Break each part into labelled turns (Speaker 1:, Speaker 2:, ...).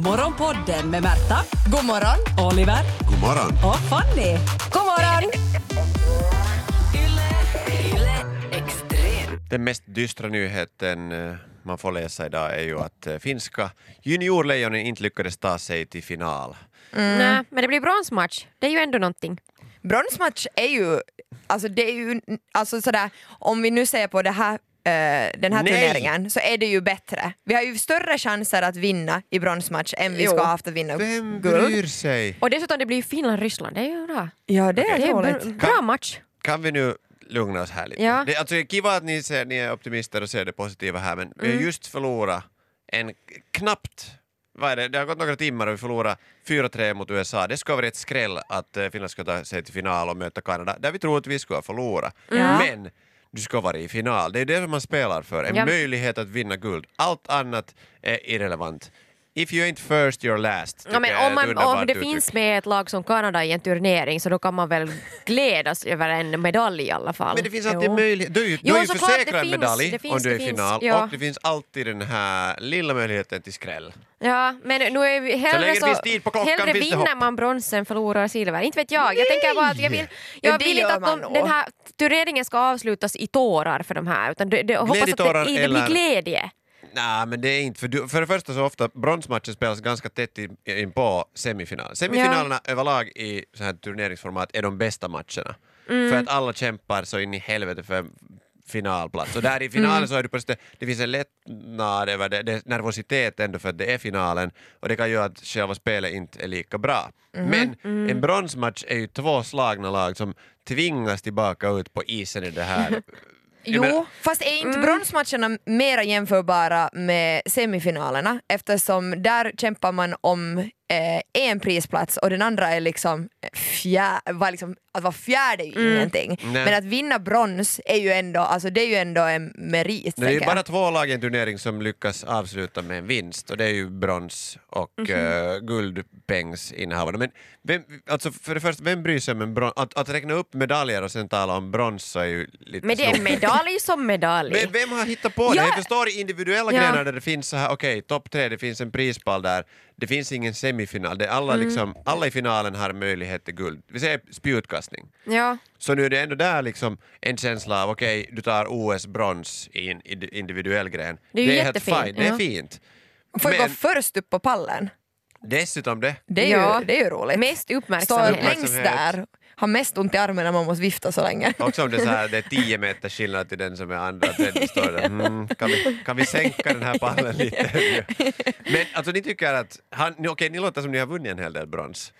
Speaker 1: Morgonpodden med Märta,
Speaker 2: God morgon!
Speaker 1: Oliver
Speaker 3: God morgon.
Speaker 1: och Fanny.
Speaker 2: God morgon!
Speaker 4: Den mest dystra nyheten eh, man får läsa idag är ju att eh, finska juniorlejonen inte lyckades ta sig till final.
Speaker 5: Nej, men det blir bronsmatch. Det är ju ändå någonting.
Speaker 2: Bronsmatch är ju, alltså det är ju, alltså sådär, om vi nu ser på det här, eh, den här
Speaker 4: Nej.
Speaker 2: turneringen så är det ju bättre. Vi har ju större chanser att vinna i bronsmatch än vi
Speaker 5: Jo.
Speaker 2: ska ha haft att vinna
Speaker 4: Vem
Speaker 2: guld.
Speaker 4: bryr sig?
Speaker 5: Och dessutom det blir ju Finland-Ryssland, det är ju bra.
Speaker 2: Ja det
Speaker 5: Det
Speaker 2: är
Speaker 5: är
Speaker 2: roligt.
Speaker 5: br- bra match.
Speaker 4: Kan vi nu lugna oss här lite?
Speaker 5: Ja.
Speaker 4: Det, alltså, det är kiva att ni, ser, ni är optimister och ser det positiva här, men vi
Speaker 5: Mm.
Speaker 4: har just förlorat en knappt vad är det? det har gått några timmar och vi förlorar 4-3 mot USA. Det skulle ha varit ett skräll att eh, Finland skulle ta sig till final och möta Kanada, där vi tror att vi skulle ha förlorat.
Speaker 5: Mm.
Speaker 2: Ja.
Speaker 4: Men du ska vara i final. Det är det man spelar för, en
Speaker 5: Ja.
Speaker 4: möjlighet att vinna guld. Allt annat är irrelevant. If you ain't first, you're last. typ, eh, tycker
Speaker 5: Ja, men
Speaker 4: jag är
Speaker 5: om,
Speaker 4: ett
Speaker 5: man, om
Speaker 4: underbart
Speaker 5: det
Speaker 4: uttryck.
Speaker 5: finns med ett lag som Kanada i en turnering så då kan man väl glädjas över en medalj i alla fall.
Speaker 4: Men det finns alltid
Speaker 5: Jo.
Speaker 4: möjlighet. Du, är ju- du
Speaker 5: Jo,
Speaker 4: är ju
Speaker 5: såklart, det
Speaker 4: försäkrad
Speaker 5: finns,
Speaker 4: medalj
Speaker 5: det finns,
Speaker 4: om du är i
Speaker 5: det finns,
Speaker 4: final
Speaker 5: ja.
Speaker 4: och det finns alltid den här lilla möjligheten till skräll.
Speaker 5: Ja, men nu är vi
Speaker 4: länge
Speaker 5: hellre
Speaker 4: det
Speaker 5: så,
Speaker 4: finns tid på klockan
Speaker 5: hellre
Speaker 4: finns det
Speaker 5: vinner
Speaker 4: hopp.
Speaker 5: man brons än förlorar silver. Inte vet jag. Jag tänker bara att jag vill,
Speaker 2: Ja,
Speaker 5: jag
Speaker 2: det
Speaker 5: vill
Speaker 2: gör
Speaker 5: inte att
Speaker 2: man
Speaker 5: de,
Speaker 2: nog.
Speaker 5: den här turneringen ska avslutas i tårar för de här. Utan det, det, jag hoppas att det,
Speaker 4: Glädjetårar
Speaker 5: det
Speaker 4: eller-
Speaker 5: blir glädje.
Speaker 4: Nej, men det är inte för, du, för det första så ofta bronsmatchen spelas ganska tätt in, in på semifinalen. Semifinalerna överlag i så här turneringsformat är de bästa matcherna. För att alla kämpar så in i helvete för en finalplats. Och där i finalen så är det plötsligt, det finns en lättnad över det, det är nervositet ändå för att det är finalen och det kan göra att själva spelet inte är lika bra. Men en bronsmatch är ju två slagna lag som tvingas tillbaka ut på isen i det här.
Speaker 2: Jo, fast är inte
Speaker 4: Mm.
Speaker 2: bronsmatcherna mera jämförbara med semifinalerna eftersom där kämpar man om eh, en prisplats och den andra är liksom, fjär, var liksom att vara fjärde är ju ingenting.
Speaker 4: Mm. Nej.
Speaker 2: Men att vinna brons är ju ändå, alltså det är ju ändå en merit.
Speaker 4: Det är ju
Speaker 2: tänker jag.
Speaker 4: bara två lag i en turnering som lyckas avsluta med en vinst och det är ju brons och
Speaker 5: Mhm.
Speaker 4: mm guldpengsinnehavarna. Men vem, alltså för det första, vem bryr sig om en brons? Att, att räkna upp medaljer och sen tala om brons så är ju lite
Speaker 5: Men det är
Speaker 4: snopet.
Speaker 5: medalj som medalj.
Speaker 4: Men vem har hittat på det?
Speaker 5: Ja.
Speaker 4: Jag förstår i individuella
Speaker 5: Ja.
Speaker 4: grenar där det finns så här, okej, topp tre, det finns en prispall där, det finns ingen semifinal, det är alla,
Speaker 5: Mm.
Speaker 4: liksom, alla i finalen har möjlighet till guld. Vi säger spjutkastning.
Speaker 5: Ja.
Speaker 4: Så nu är det ändå där liksom en känsla av okej, du tar OS-brons i en id- individuell gren.
Speaker 5: Det är ju
Speaker 4: helt
Speaker 5: jättefint,
Speaker 4: fine, det är
Speaker 5: ja.
Speaker 4: fint.
Speaker 2: Får ju gå
Speaker 4: Men
Speaker 2: först upp på pallen.
Speaker 4: dessutom det,
Speaker 2: Det är,
Speaker 5: Ja.
Speaker 2: ju, det är ju roligt.
Speaker 5: Mest
Speaker 2: Stå
Speaker 5: uppmärksamhet.
Speaker 2: längst där, ha mest ont i armen när man måste vifta så länge.
Speaker 4: också om det är, så här, det är 10 meter skillnad till den som är andra, tredje står där. Mm, kan, vi, kan vi sänka den här pallen lite? nu? Men alltså ni tycker att, han, ni- okej ni låter som ni har vunnit en hel del brons.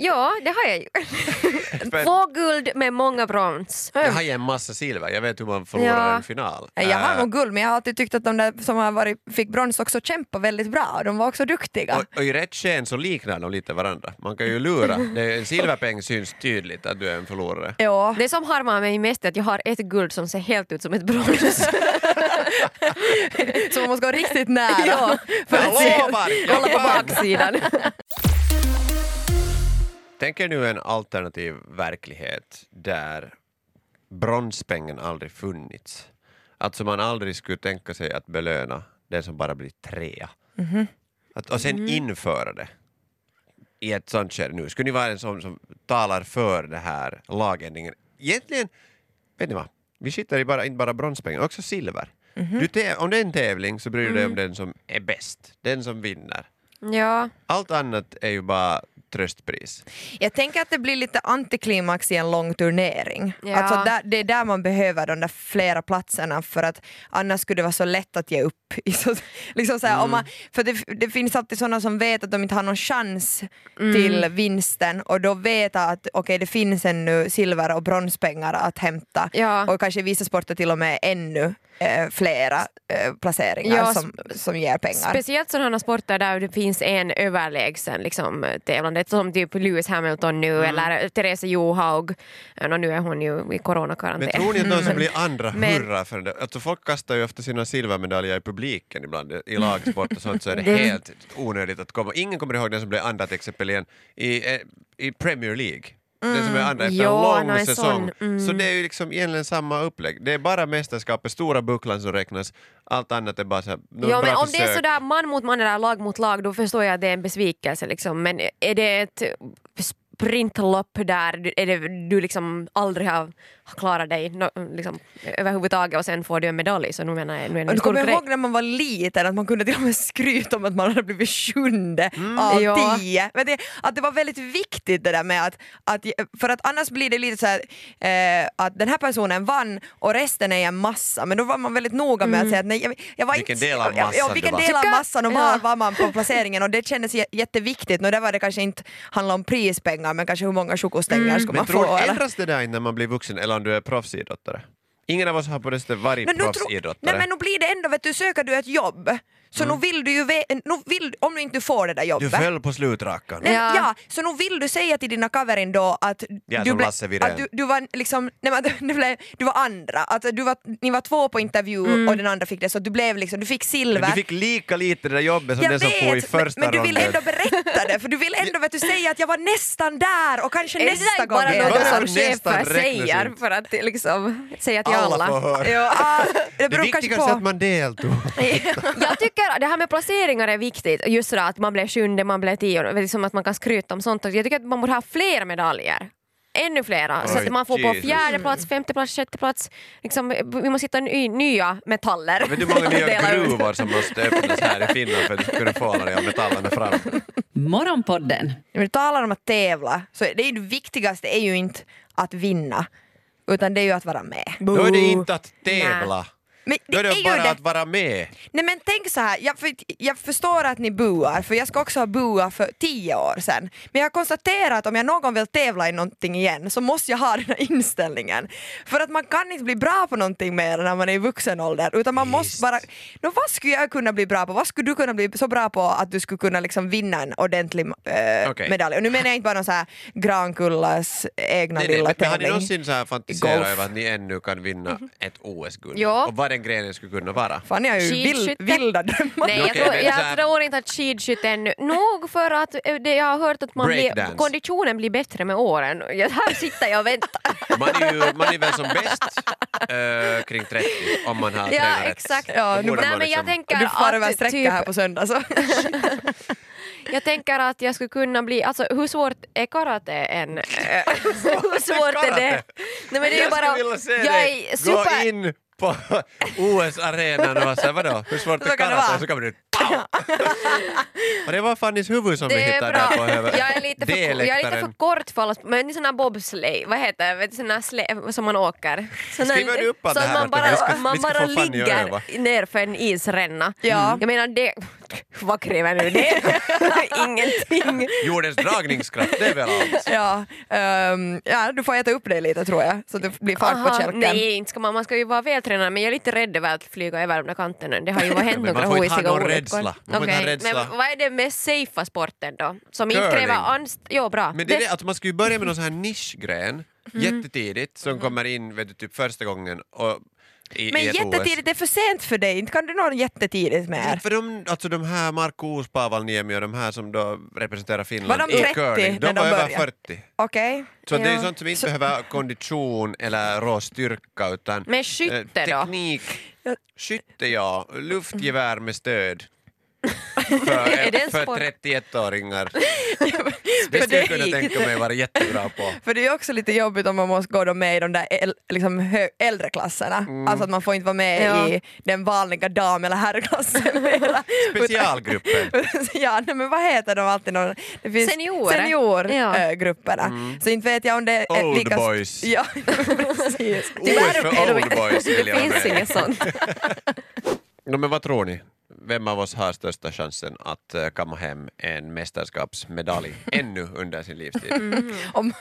Speaker 5: Ja, det har jag ju.
Speaker 4: För-
Speaker 5: Två guld med många brons.
Speaker 4: Jag har ju en massa silver, jag vet hur man förlorar
Speaker 5: Ja.
Speaker 4: en final.
Speaker 2: Nej, Jag har
Speaker 4: Äh,
Speaker 2: nog guld men jag har alltid tyckt att de där som har varit, fick brons också kämpar väldigt bra, de var också duktiga.
Speaker 4: Och, och i rätt sken så liknar de lite varandra. Man kan ju lura. Det är, en silverpeng syns tydligt att du är en förlorare.
Speaker 2: Ja.
Speaker 5: Det som harmar mig mest är att jag har ett guld som ser helt ut som ett brons.
Speaker 2: Så man måste gå riktigt nära.
Speaker 5: Ja.
Speaker 2: för att se.
Speaker 4: Jag lovar! jag
Speaker 5: Kolla på
Speaker 4: vann.
Speaker 5: baksidan.
Speaker 4: Tänk er nu en alternativ verklighet där bronspengen aldrig funnits. Alltså man aldrig skulle tänka sig att belöna den som bara blir trea. Att, och sen införa det i ett sånt skede nu. Skulle ni vara en sån som talar för den här lagändringen? Egentligen, vet ni vad? Vi skiter i bara, inte bara bronspengen, också silver. Du tä- om det är en tävling så bryr du dig om den som är bäst, den som vinner.
Speaker 5: Ja.
Speaker 4: Allt annat är ju bara tröstpris.
Speaker 2: Jag tänker att det blir lite antiklimax i en lång turnering.
Speaker 5: Ja.
Speaker 2: Alltså där, det är där man behöver de där flera platserna för att annars skulle det vara så lätt att ge upp. I så- liksom så här,
Speaker 5: Mm.
Speaker 2: om man, för det, det finns alltid sådana som vet att de inte har någon chans
Speaker 5: Mm.
Speaker 2: till vinsten och då vet att okej det finns ännu silver och bronspengar att hämta
Speaker 5: Ja.
Speaker 2: och kanske i vissa sporter till och med ännu eh, flera eh, placeringar
Speaker 5: Ja,
Speaker 2: som, som ger pengar.
Speaker 5: Speciellt sådana sporter där det finns en överlägsen liksom, tävlande, som typ Lewis Hamilton nu
Speaker 4: Mm.
Speaker 5: eller Therese Johaug. Ja, nå, nu är hon ju i
Speaker 4: Men
Speaker 5: coronakarantän.
Speaker 4: tror ni att någon som blir andra
Speaker 5: Men-
Speaker 4: hurrar för det? Alltså folk kastar ju ofta sina silvermedaljer i publiken ibland i lagsport och sånt så är det
Speaker 5: Det-
Speaker 4: helt onödigt att komma. Ingen kommer ihåg den som blev andra till exempel i, en, i, eh, i Premier League. den som är andra efter
Speaker 5: Jo,
Speaker 4: en
Speaker 5: han har
Speaker 4: lång
Speaker 5: en
Speaker 4: säsong.
Speaker 5: sån, mm.
Speaker 4: Så det är ju liksom egentligen samma upplägg. Det är bara mästerskapet, stora bucklan som räknas. Allt annat är bara så här, några
Speaker 5: Ja, men
Speaker 4: bra
Speaker 5: om det är
Speaker 4: försök.
Speaker 5: sådär man mot man eller lag mot lag då förstår jag att det är en besvikelse liksom. Men är det ett sprintlopp där du, är det, du liksom aldrig har har klarat dig no, liksom, överhuvudtaget och sen får du en medalj så nu menar jag nu är det
Speaker 2: Och
Speaker 5: en
Speaker 2: du
Speaker 5: stor
Speaker 2: kommer
Speaker 5: grej.
Speaker 2: ihåg när man var liten att man kunde till och med skryta om att man hade blivit sjunde
Speaker 4: Mm.
Speaker 2: av
Speaker 5: Ja.
Speaker 2: tio. Men det, att det var väldigt viktigt det där med att, att för att annars blir det lite så här, eh, att den här personen vann och resten är en massa men då var man väldigt noga
Speaker 5: Mm.
Speaker 2: med att säga att nej, jag, jag var
Speaker 4: Vilken
Speaker 2: inte,
Speaker 4: del av
Speaker 2: ja, ja,
Speaker 4: massan du
Speaker 2: vilken
Speaker 4: var.
Speaker 2: del av
Speaker 5: Tycka-
Speaker 2: massan och var
Speaker 5: Ja.
Speaker 2: var man på placeringen och det kändes jä- jätteviktigt. Nu där var det kanske inte handla om prispengar men kanske hur många chokostänger
Speaker 5: Mm.
Speaker 2: ska
Speaker 4: Men
Speaker 2: man
Speaker 4: tror
Speaker 2: få.
Speaker 4: du
Speaker 2: Eller?
Speaker 4: ändras det där när man blir vuxen eller om du är proffsidrottare? Ingen av oss har på det sättet varit
Speaker 2: Men nu tro-
Speaker 4: Typ proffsidrottare. Mm.
Speaker 2: nej men nu blir det ändå, vet du, söker du ett jobb så nu vill du ju, ve- nu vill, om du inte får det där
Speaker 4: Du
Speaker 2: jobbet.
Speaker 4: föll på slutrakan.
Speaker 2: Nej,
Speaker 5: Ja.
Speaker 2: ja. så nu vill du säga till dina kaverin då att,
Speaker 4: Ja,
Speaker 2: du,
Speaker 4: som Lasse Wirén.
Speaker 2: att du, du var liksom, nej men du, blev, du var andra, alltså, du var, ni var två på intervju
Speaker 5: Mm.
Speaker 2: och den andra fick det så du blev liksom, du fick silver.
Speaker 4: Men du fick lika lite det där jobbet som den som får i
Speaker 2: men,
Speaker 4: första
Speaker 2: men du vill
Speaker 4: ronden.
Speaker 2: ändå berätta det för du vill ändå vet du, säga att jag var nästan där och kanske
Speaker 5: Är det
Speaker 2: nästa
Speaker 5: där
Speaker 2: gång.
Speaker 5: bara
Speaker 4: det
Speaker 5: något
Speaker 4: Varför
Speaker 5: som
Speaker 4: nästan
Speaker 5: chefer
Speaker 4: räknas
Speaker 5: säger
Speaker 4: inte?
Speaker 5: för att liksom, säga till alla?
Speaker 4: Alla får höra.
Speaker 2: Ja, ah, det
Speaker 4: Det
Speaker 2: beror kanske
Speaker 4: viktigaste är att
Speaker 2: på.
Speaker 4: man deltog.
Speaker 5: Jag tycker att det här med placeringar är viktigt, just sådär att man blev sjunde, man blev tio, liksom att man kan skryta om sånt. Jag tycker att man borde ha fler medaljer. Ännu flera, så
Speaker 4: Oj,
Speaker 5: att man får på
Speaker 4: Jesus.
Speaker 5: fjärde plats, femte plats, sjätte plats. Liksom, vi måste hitta ny, nya metaller.
Speaker 4: Vet du hur många nya
Speaker 5: Dela ut.
Speaker 4: gruvor som måste öppnas här i Finland för att du skulle få alla de här metallerna fram?
Speaker 1: Morgonpodden
Speaker 2: När du talar om att tävla så det, är ju det viktigaste är ju inte att vinna utan det är ju att vara med.
Speaker 4: Då är det inte att tävla.
Speaker 2: Men det
Speaker 4: Då är det
Speaker 2: ju
Speaker 4: bara
Speaker 2: det.
Speaker 4: att vara med.
Speaker 2: Nej men tänk så här, jag, för, jag förstår att ni buar, för jag ska också ha buat för tio år sedan. Men jag konstaterar att om jag någon gång vill tävla i någonting igen så måste jag ha den här inställningen. För att man kan inte bli bra på någonting mer när man är i vuxen ålder utan man måste bara... Nå, vad skulle jag kunna bli bra på? Vad skulle du kunna bli så bra på att du skulle kunna liksom vinna en ordentlig eh,
Speaker 4: Okej.
Speaker 2: medalj? Och nu menar jag inte bara någon så här Grankullas egna
Speaker 4: Nej, nej,
Speaker 2: lilla
Speaker 4: men har ni
Speaker 2: tävling.
Speaker 4: någonsin så här fantiserat
Speaker 2: Golf. Mhm.
Speaker 4: över att ni ännu kan vinna ett OS-guld?
Speaker 5: Ja.
Speaker 4: Och vad den grenen skulle kunna vara?
Speaker 2: Fan jag har ju vild,
Speaker 5: Skidskytte.
Speaker 2: vilda drömmar.
Speaker 5: Nej, jag,
Speaker 4: Okej,
Speaker 5: tror,
Speaker 4: men så
Speaker 5: jag
Speaker 4: här-
Speaker 5: tror inte att skidskytte är nu- nog för att eh, det, jag har hört att man blir,
Speaker 4: Breakdance.
Speaker 5: konditionen blir bättre med åren. Jag, här sitter jag och väntar.
Speaker 4: Man är ju man är väl som bäst eh, kring 30 om man har
Speaker 5: ja,
Speaker 4: tränat rätt.
Speaker 5: exakt.
Speaker 4: Då
Speaker 5: Nej,
Speaker 4: borde man
Speaker 5: men jag
Speaker 4: liksom-
Speaker 5: tänker
Speaker 2: Du far över
Speaker 5: att
Speaker 2: sträcka
Speaker 5: typ,
Speaker 2: här på söndag så.
Speaker 5: Jag tänker att jag skulle kunna bli, alltså hur svårt är karate än? eh, hur svårt är det?
Speaker 4: karate?
Speaker 5: Nej men det är ju
Speaker 4: jag skulle
Speaker 5: bara,
Speaker 4: vilja se
Speaker 5: jag
Speaker 4: dig
Speaker 5: är super...
Speaker 4: gå in på OS-arenan och vara såhär vadå, hur svårt
Speaker 2: Så
Speaker 4: är
Speaker 2: kan det
Speaker 4: karate?
Speaker 2: vara.
Speaker 4: Och så kommer du pow! och det var Fannys huvud som vi
Speaker 5: Det är
Speaker 4: hittade
Speaker 5: bra.
Speaker 4: där på över.
Speaker 5: Jag är lite för, jag är lite
Speaker 4: D-läktaren.
Speaker 5: för kort för alla sp- men det är såna här bobsleigh, vad heter det, Vet du, såna här sle- som man åker. Såna,
Speaker 4: Skriver du upp allt
Speaker 5: så
Speaker 4: det här,
Speaker 5: man
Speaker 4: Lotta?
Speaker 5: bara,
Speaker 4: Vi ska-
Speaker 5: man
Speaker 4: vi ska
Speaker 5: bara
Speaker 4: få Fanny att öva.
Speaker 5: ligger ner för en isränna.
Speaker 2: Ja.
Speaker 5: Jag menar det, vad kräver nu det? Ingenting.
Speaker 4: Jordens dragningskraft, det är väl allt.
Speaker 2: Ja, ehm, ja, du får äta upp dig lite tror jag, så att du blir fart på
Speaker 5: Aha,
Speaker 2: kälken.
Speaker 5: nej, inte ska man, man ska ju vara vältränad men jag är lite rädd över att flyga över de där kanterna. Det har ju hänt
Speaker 4: men man
Speaker 5: några
Speaker 4: får inte ha
Speaker 5: hoisiga
Speaker 4: någon rädsla. Man får inte ha
Speaker 5: Okej,
Speaker 4: rädsla.
Speaker 5: Men vad är den mest safea sporten då? Som inte
Speaker 4: Curling.
Speaker 5: kräver anst... Jo, bra.
Speaker 4: Men det är det, att man ska ju börja med någon sån här nischgren
Speaker 5: Mhm.
Speaker 4: jättetidigt
Speaker 5: Mm.
Speaker 4: som kommer in vet du, typ första gången och i,
Speaker 2: Men
Speaker 4: i ett
Speaker 2: jättetidigt, det är för sent för dig, inte kan du nå jättetidigt med
Speaker 4: OS.
Speaker 2: er.
Speaker 4: För de, alltså de här Marko Uuspaavaliemi och de här som då representerar Finland
Speaker 2: Var de
Speaker 4: i
Speaker 2: 30
Speaker 4: curling, de
Speaker 2: när de
Speaker 4: var över
Speaker 2: började?
Speaker 4: 40.
Speaker 2: Okej?
Speaker 4: Så det är
Speaker 5: Ja.
Speaker 4: sånt som inte behöver kondition eller rå styrka utan
Speaker 5: Men skytte
Speaker 4: eh,
Speaker 5: då?
Speaker 4: teknik.
Speaker 2: Ja.
Speaker 4: Skytte ja, luftgevär med stöd. För,
Speaker 5: Är det en
Speaker 4: för
Speaker 5: sport?
Speaker 4: 31-åringar. Det
Speaker 2: För
Speaker 4: skulle
Speaker 2: det,
Speaker 4: jag kunna tänka mig vara jättebra på.
Speaker 2: för det är ju också lite jobbigt om man måste gå då med i de där äl, liksom hö, äldre klasserna.
Speaker 4: Mm.
Speaker 2: Alltså att man får inte vara med
Speaker 5: Ja.
Speaker 2: i den vanliga dam eller herrklassen mera.
Speaker 4: Specialgruppen.
Speaker 2: ja, nej, men vad heter de alltid? Någon, det finns
Speaker 5: Seniorer. Ja.
Speaker 2: seniorgrupperna. Så inte vet jag om det är
Speaker 4: Mm. Old
Speaker 2: lika...
Speaker 4: boys.
Speaker 2: Ja, precis.
Speaker 4: OS för old boys vill jag
Speaker 5: Det
Speaker 4: vara
Speaker 5: finns
Speaker 4: med.
Speaker 5: inget sånt.
Speaker 4: No, men vad tror ni? Vem av oss har största chansen att eh, kamma hem en mästerskapsmedalj ännu under sin livstid?
Speaker 2: Om,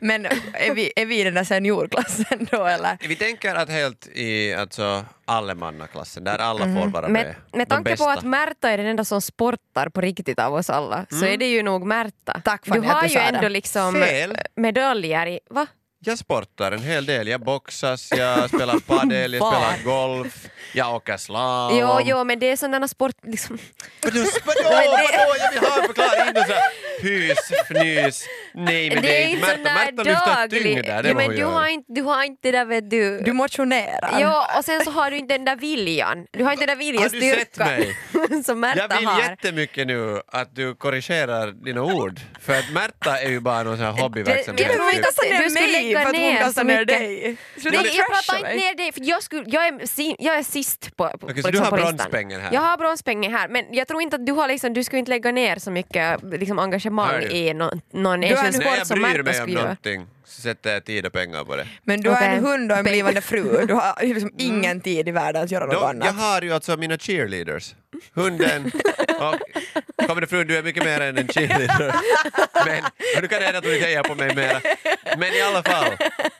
Speaker 2: men är vi, är vi i den där seniorklassen då eller?
Speaker 4: Vi tänker att helt i alltså, allemannaklassen, där alla får vara med.
Speaker 5: Mm. Med, med
Speaker 4: De
Speaker 5: tanke på
Speaker 4: bästa.
Speaker 5: att Märta är den enda som sportar på riktigt av oss alla så
Speaker 4: Mm.
Speaker 5: är det ju nog Märta.
Speaker 2: Tack,
Speaker 5: du
Speaker 2: Fanny, att
Speaker 5: har
Speaker 2: du
Speaker 5: ju
Speaker 2: sa det.
Speaker 5: ändå liksom
Speaker 4: Fel.
Speaker 5: medaljer i... Va?
Speaker 4: Jag sportar en hel del. Jag boxas, jag spelar padel, jag
Speaker 5: Vad?
Speaker 4: spelar golf, jag åker slalom.
Speaker 5: Jo, jo, men det är sådana sport... Liksom.
Speaker 4: Vadå, vadå, vadå? Jag vill ha en förklaring. Inte så här, Hys, fnys, Nej men
Speaker 5: Det, är inte
Speaker 4: Märta,
Speaker 5: sån där
Speaker 4: Märta lyfter
Speaker 5: daglig...
Speaker 4: tyngd där, det
Speaker 5: ja,
Speaker 4: var
Speaker 5: men
Speaker 4: hon
Speaker 5: du
Speaker 4: gör.
Speaker 5: har, inte, du har inte det där vet du.
Speaker 2: Du motionerar.
Speaker 5: Ja, och sen så har du inte den där viljan. Du har inte den där
Speaker 4: Har du sett
Speaker 5: viljestyrkan
Speaker 4: mig?
Speaker 5: som Märta
Speaker 4: Jag vill
Speaker 5: har.
Speaker 4: jättemycket nu att du korrigerar dina ord. För att Märta är ju bara någon sån här hobbyverksamhet.
Speaker 5: Det- det
Speaker 2: Du
Speaker 5: var
Speaker 2: får
Speaker 5: inte
Speaker 4: typ.
Speaker 2: kasta ner
Speaker 5: Du skulle
Speaker 2: mig
Speaker 5: lägga
Speaker 2: för att hon
Speaker 5: ner
Speaker 2: kastar
Speaker 5: så
Speaker 2: ner
Speaker 5: mycket.
Speaker 2: dig. Sluta
Speaker 5: Nej, jag
Speaker 2: trasha
Speaker 5: pratar inte
Speaker 2: mig.
Speaker 5: ner dig, för jag, skulle, jag, är, sin- jag är sist på, på,
Speaker 4: Okej,
Speaker 5: på,
Speaker 4: så du har
Speaker 5: på listan.
Speaker 4: bronspengen här.
Speaker 5: Jag har bronspengen här, men jag tror inte att du har liksom, du skulle inte lägga ner så mycket liksom,
Speaker 4: Hör
Speaker 5: engagemang
Speaker 4: du?
Speaker 5: i någon, någon
Speaker 2: har
Speaker 5: enskild
Speaker 2: en-
Speaker 4: När
Speaker 5: sport
Speaker 4: jag
Speaker 5: som
Speaker 4: bryr
Speaker 5: Märta
Speaker 4: mig om
Speaker 5: skulle göra.
Speaker 4: någonting så sätter jag tid och pengar på det.
Speaker 2: Men du har
Speaker 5: Okej.
Speaker 2: en hund och en blivande fru. Du har liksom ingen tid i världen att göra något
Speaker 4: Då, jag
Speaker 2: annat.
Speaker 4: har ju alltså mina cheerleaders. Hunden och... Kommer det frun, du är mycket mer än en cheerleader. Men, men du kan hända att hon inte hejar på mig mera. Men i alla fall,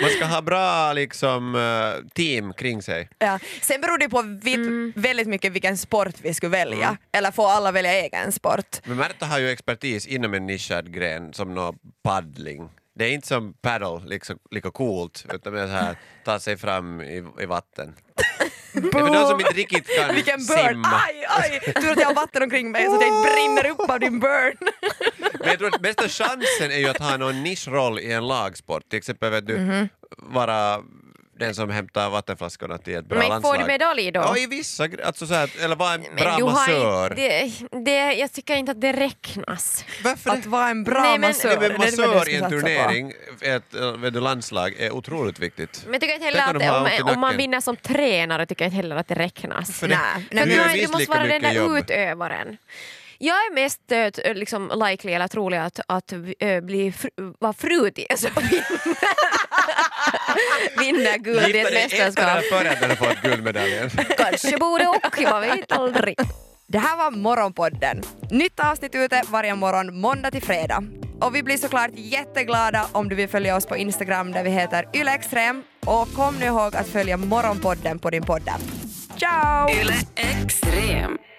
Speaker 4: man ska ha bra liksom, eh, team kring sig.
Speaker 2: Ja. Sen beror det på vil- väldigt mycket vilken sport vi skulle välja.
Speaker 4: Mm.
Speaker 2: Eller får alla välja egen sport?
Speaker 4: Men Märta har ju expertis inom en nischad gren som nå paddling. Det är inte som paddle, liksom, lika coolt, utan mer så här ta sig fram i, i vatten. Det är för de som inte riktigt kan
Speaker 2: Vilken burn!
Speaker 4: Mm. simma.
Speaker 2: Aj, aj! Tur att jag har vatten omkring mig så att jag inte brinner upp av din burn.
Speaker 4: Men jag tror att bästa chansen är ju att ha någon nischroll i en lagsport. Till exempel vet du,
Speaker 5: Mhm.
Speaker 4: vara den som hämtar vattenflaskorna till ett bra
Speaker 5: Men
Speaker 4: landslag.
Speaker 5: får du medalj då?
Speaker 4: Ja, i vissa gre- alltså så här, Eller vara en
Speaker 5: Men
Speaker 4: bra
Speaker 5: du har
Speaker 4: massör.
Speaker 5: inte, det, det, jag tycker inte att det räknas.
Speaker 4: Varför
Speaker 2: Att vara en bra
Speaker 5: Nej, men-
Speaker 2: massör.
Speaker 4: Nej,
Speaker 2: det
Speaker 4: men
Speaker 2: är väl det jag
Speaker 4: massör
Speaker 2: ska
Speaker 4: i en
Speaker 2: satsa på.
Speaker 4: turnering, ett eh, vet du, landslag, är otroligt viktigt.
Speaker 5: Men jag tycker inte
Speaker 4: Tänk
Speaker 5: heller
Speaker 4: om de har ont i
Speaker 5: att om, om man
Speaker 4: nacken.
Speaker 5: vinner som tränare tycker jag inte heller att det räknas.
Speaker 4: För det-
Speaker 2: Nej,
Speaker 4: det
Speaker 2: nej,
Speaker 5: För
Speaker 4: gör
Speaker 5: du,
Speaker 2: men,
Speaker 5: har- du
Speaker 4: minst
Speaker 5: måste
Speaker 4: lika
Speaker 5: vara den
Speaker 4: mycket
Speaker 5: där
Speaker 4: jobb.
Speaker 5: utövaren. Jag är mest eh, t- liksom, likely eller trolig att, att eh, bli fru, vara fru till alltså, vinna- vinna guld i ett mästerskap.
Speaker 4: efter att den har fått guldmedaljen.
Speaker 5: Kanske både och, jag vet aldrig.
Speaker 2: Det här var Morgonpodden. Nytt avsnitt ute varje morgon måndag till fredag. Och vi blir såklart jätteglada om du vill följa oss på Instagram där vi heter ylextrem. Och kom nu ihåg att följa Morgonpodden på din poddapp. Ciao!
Speaker 1: Yle Extrem.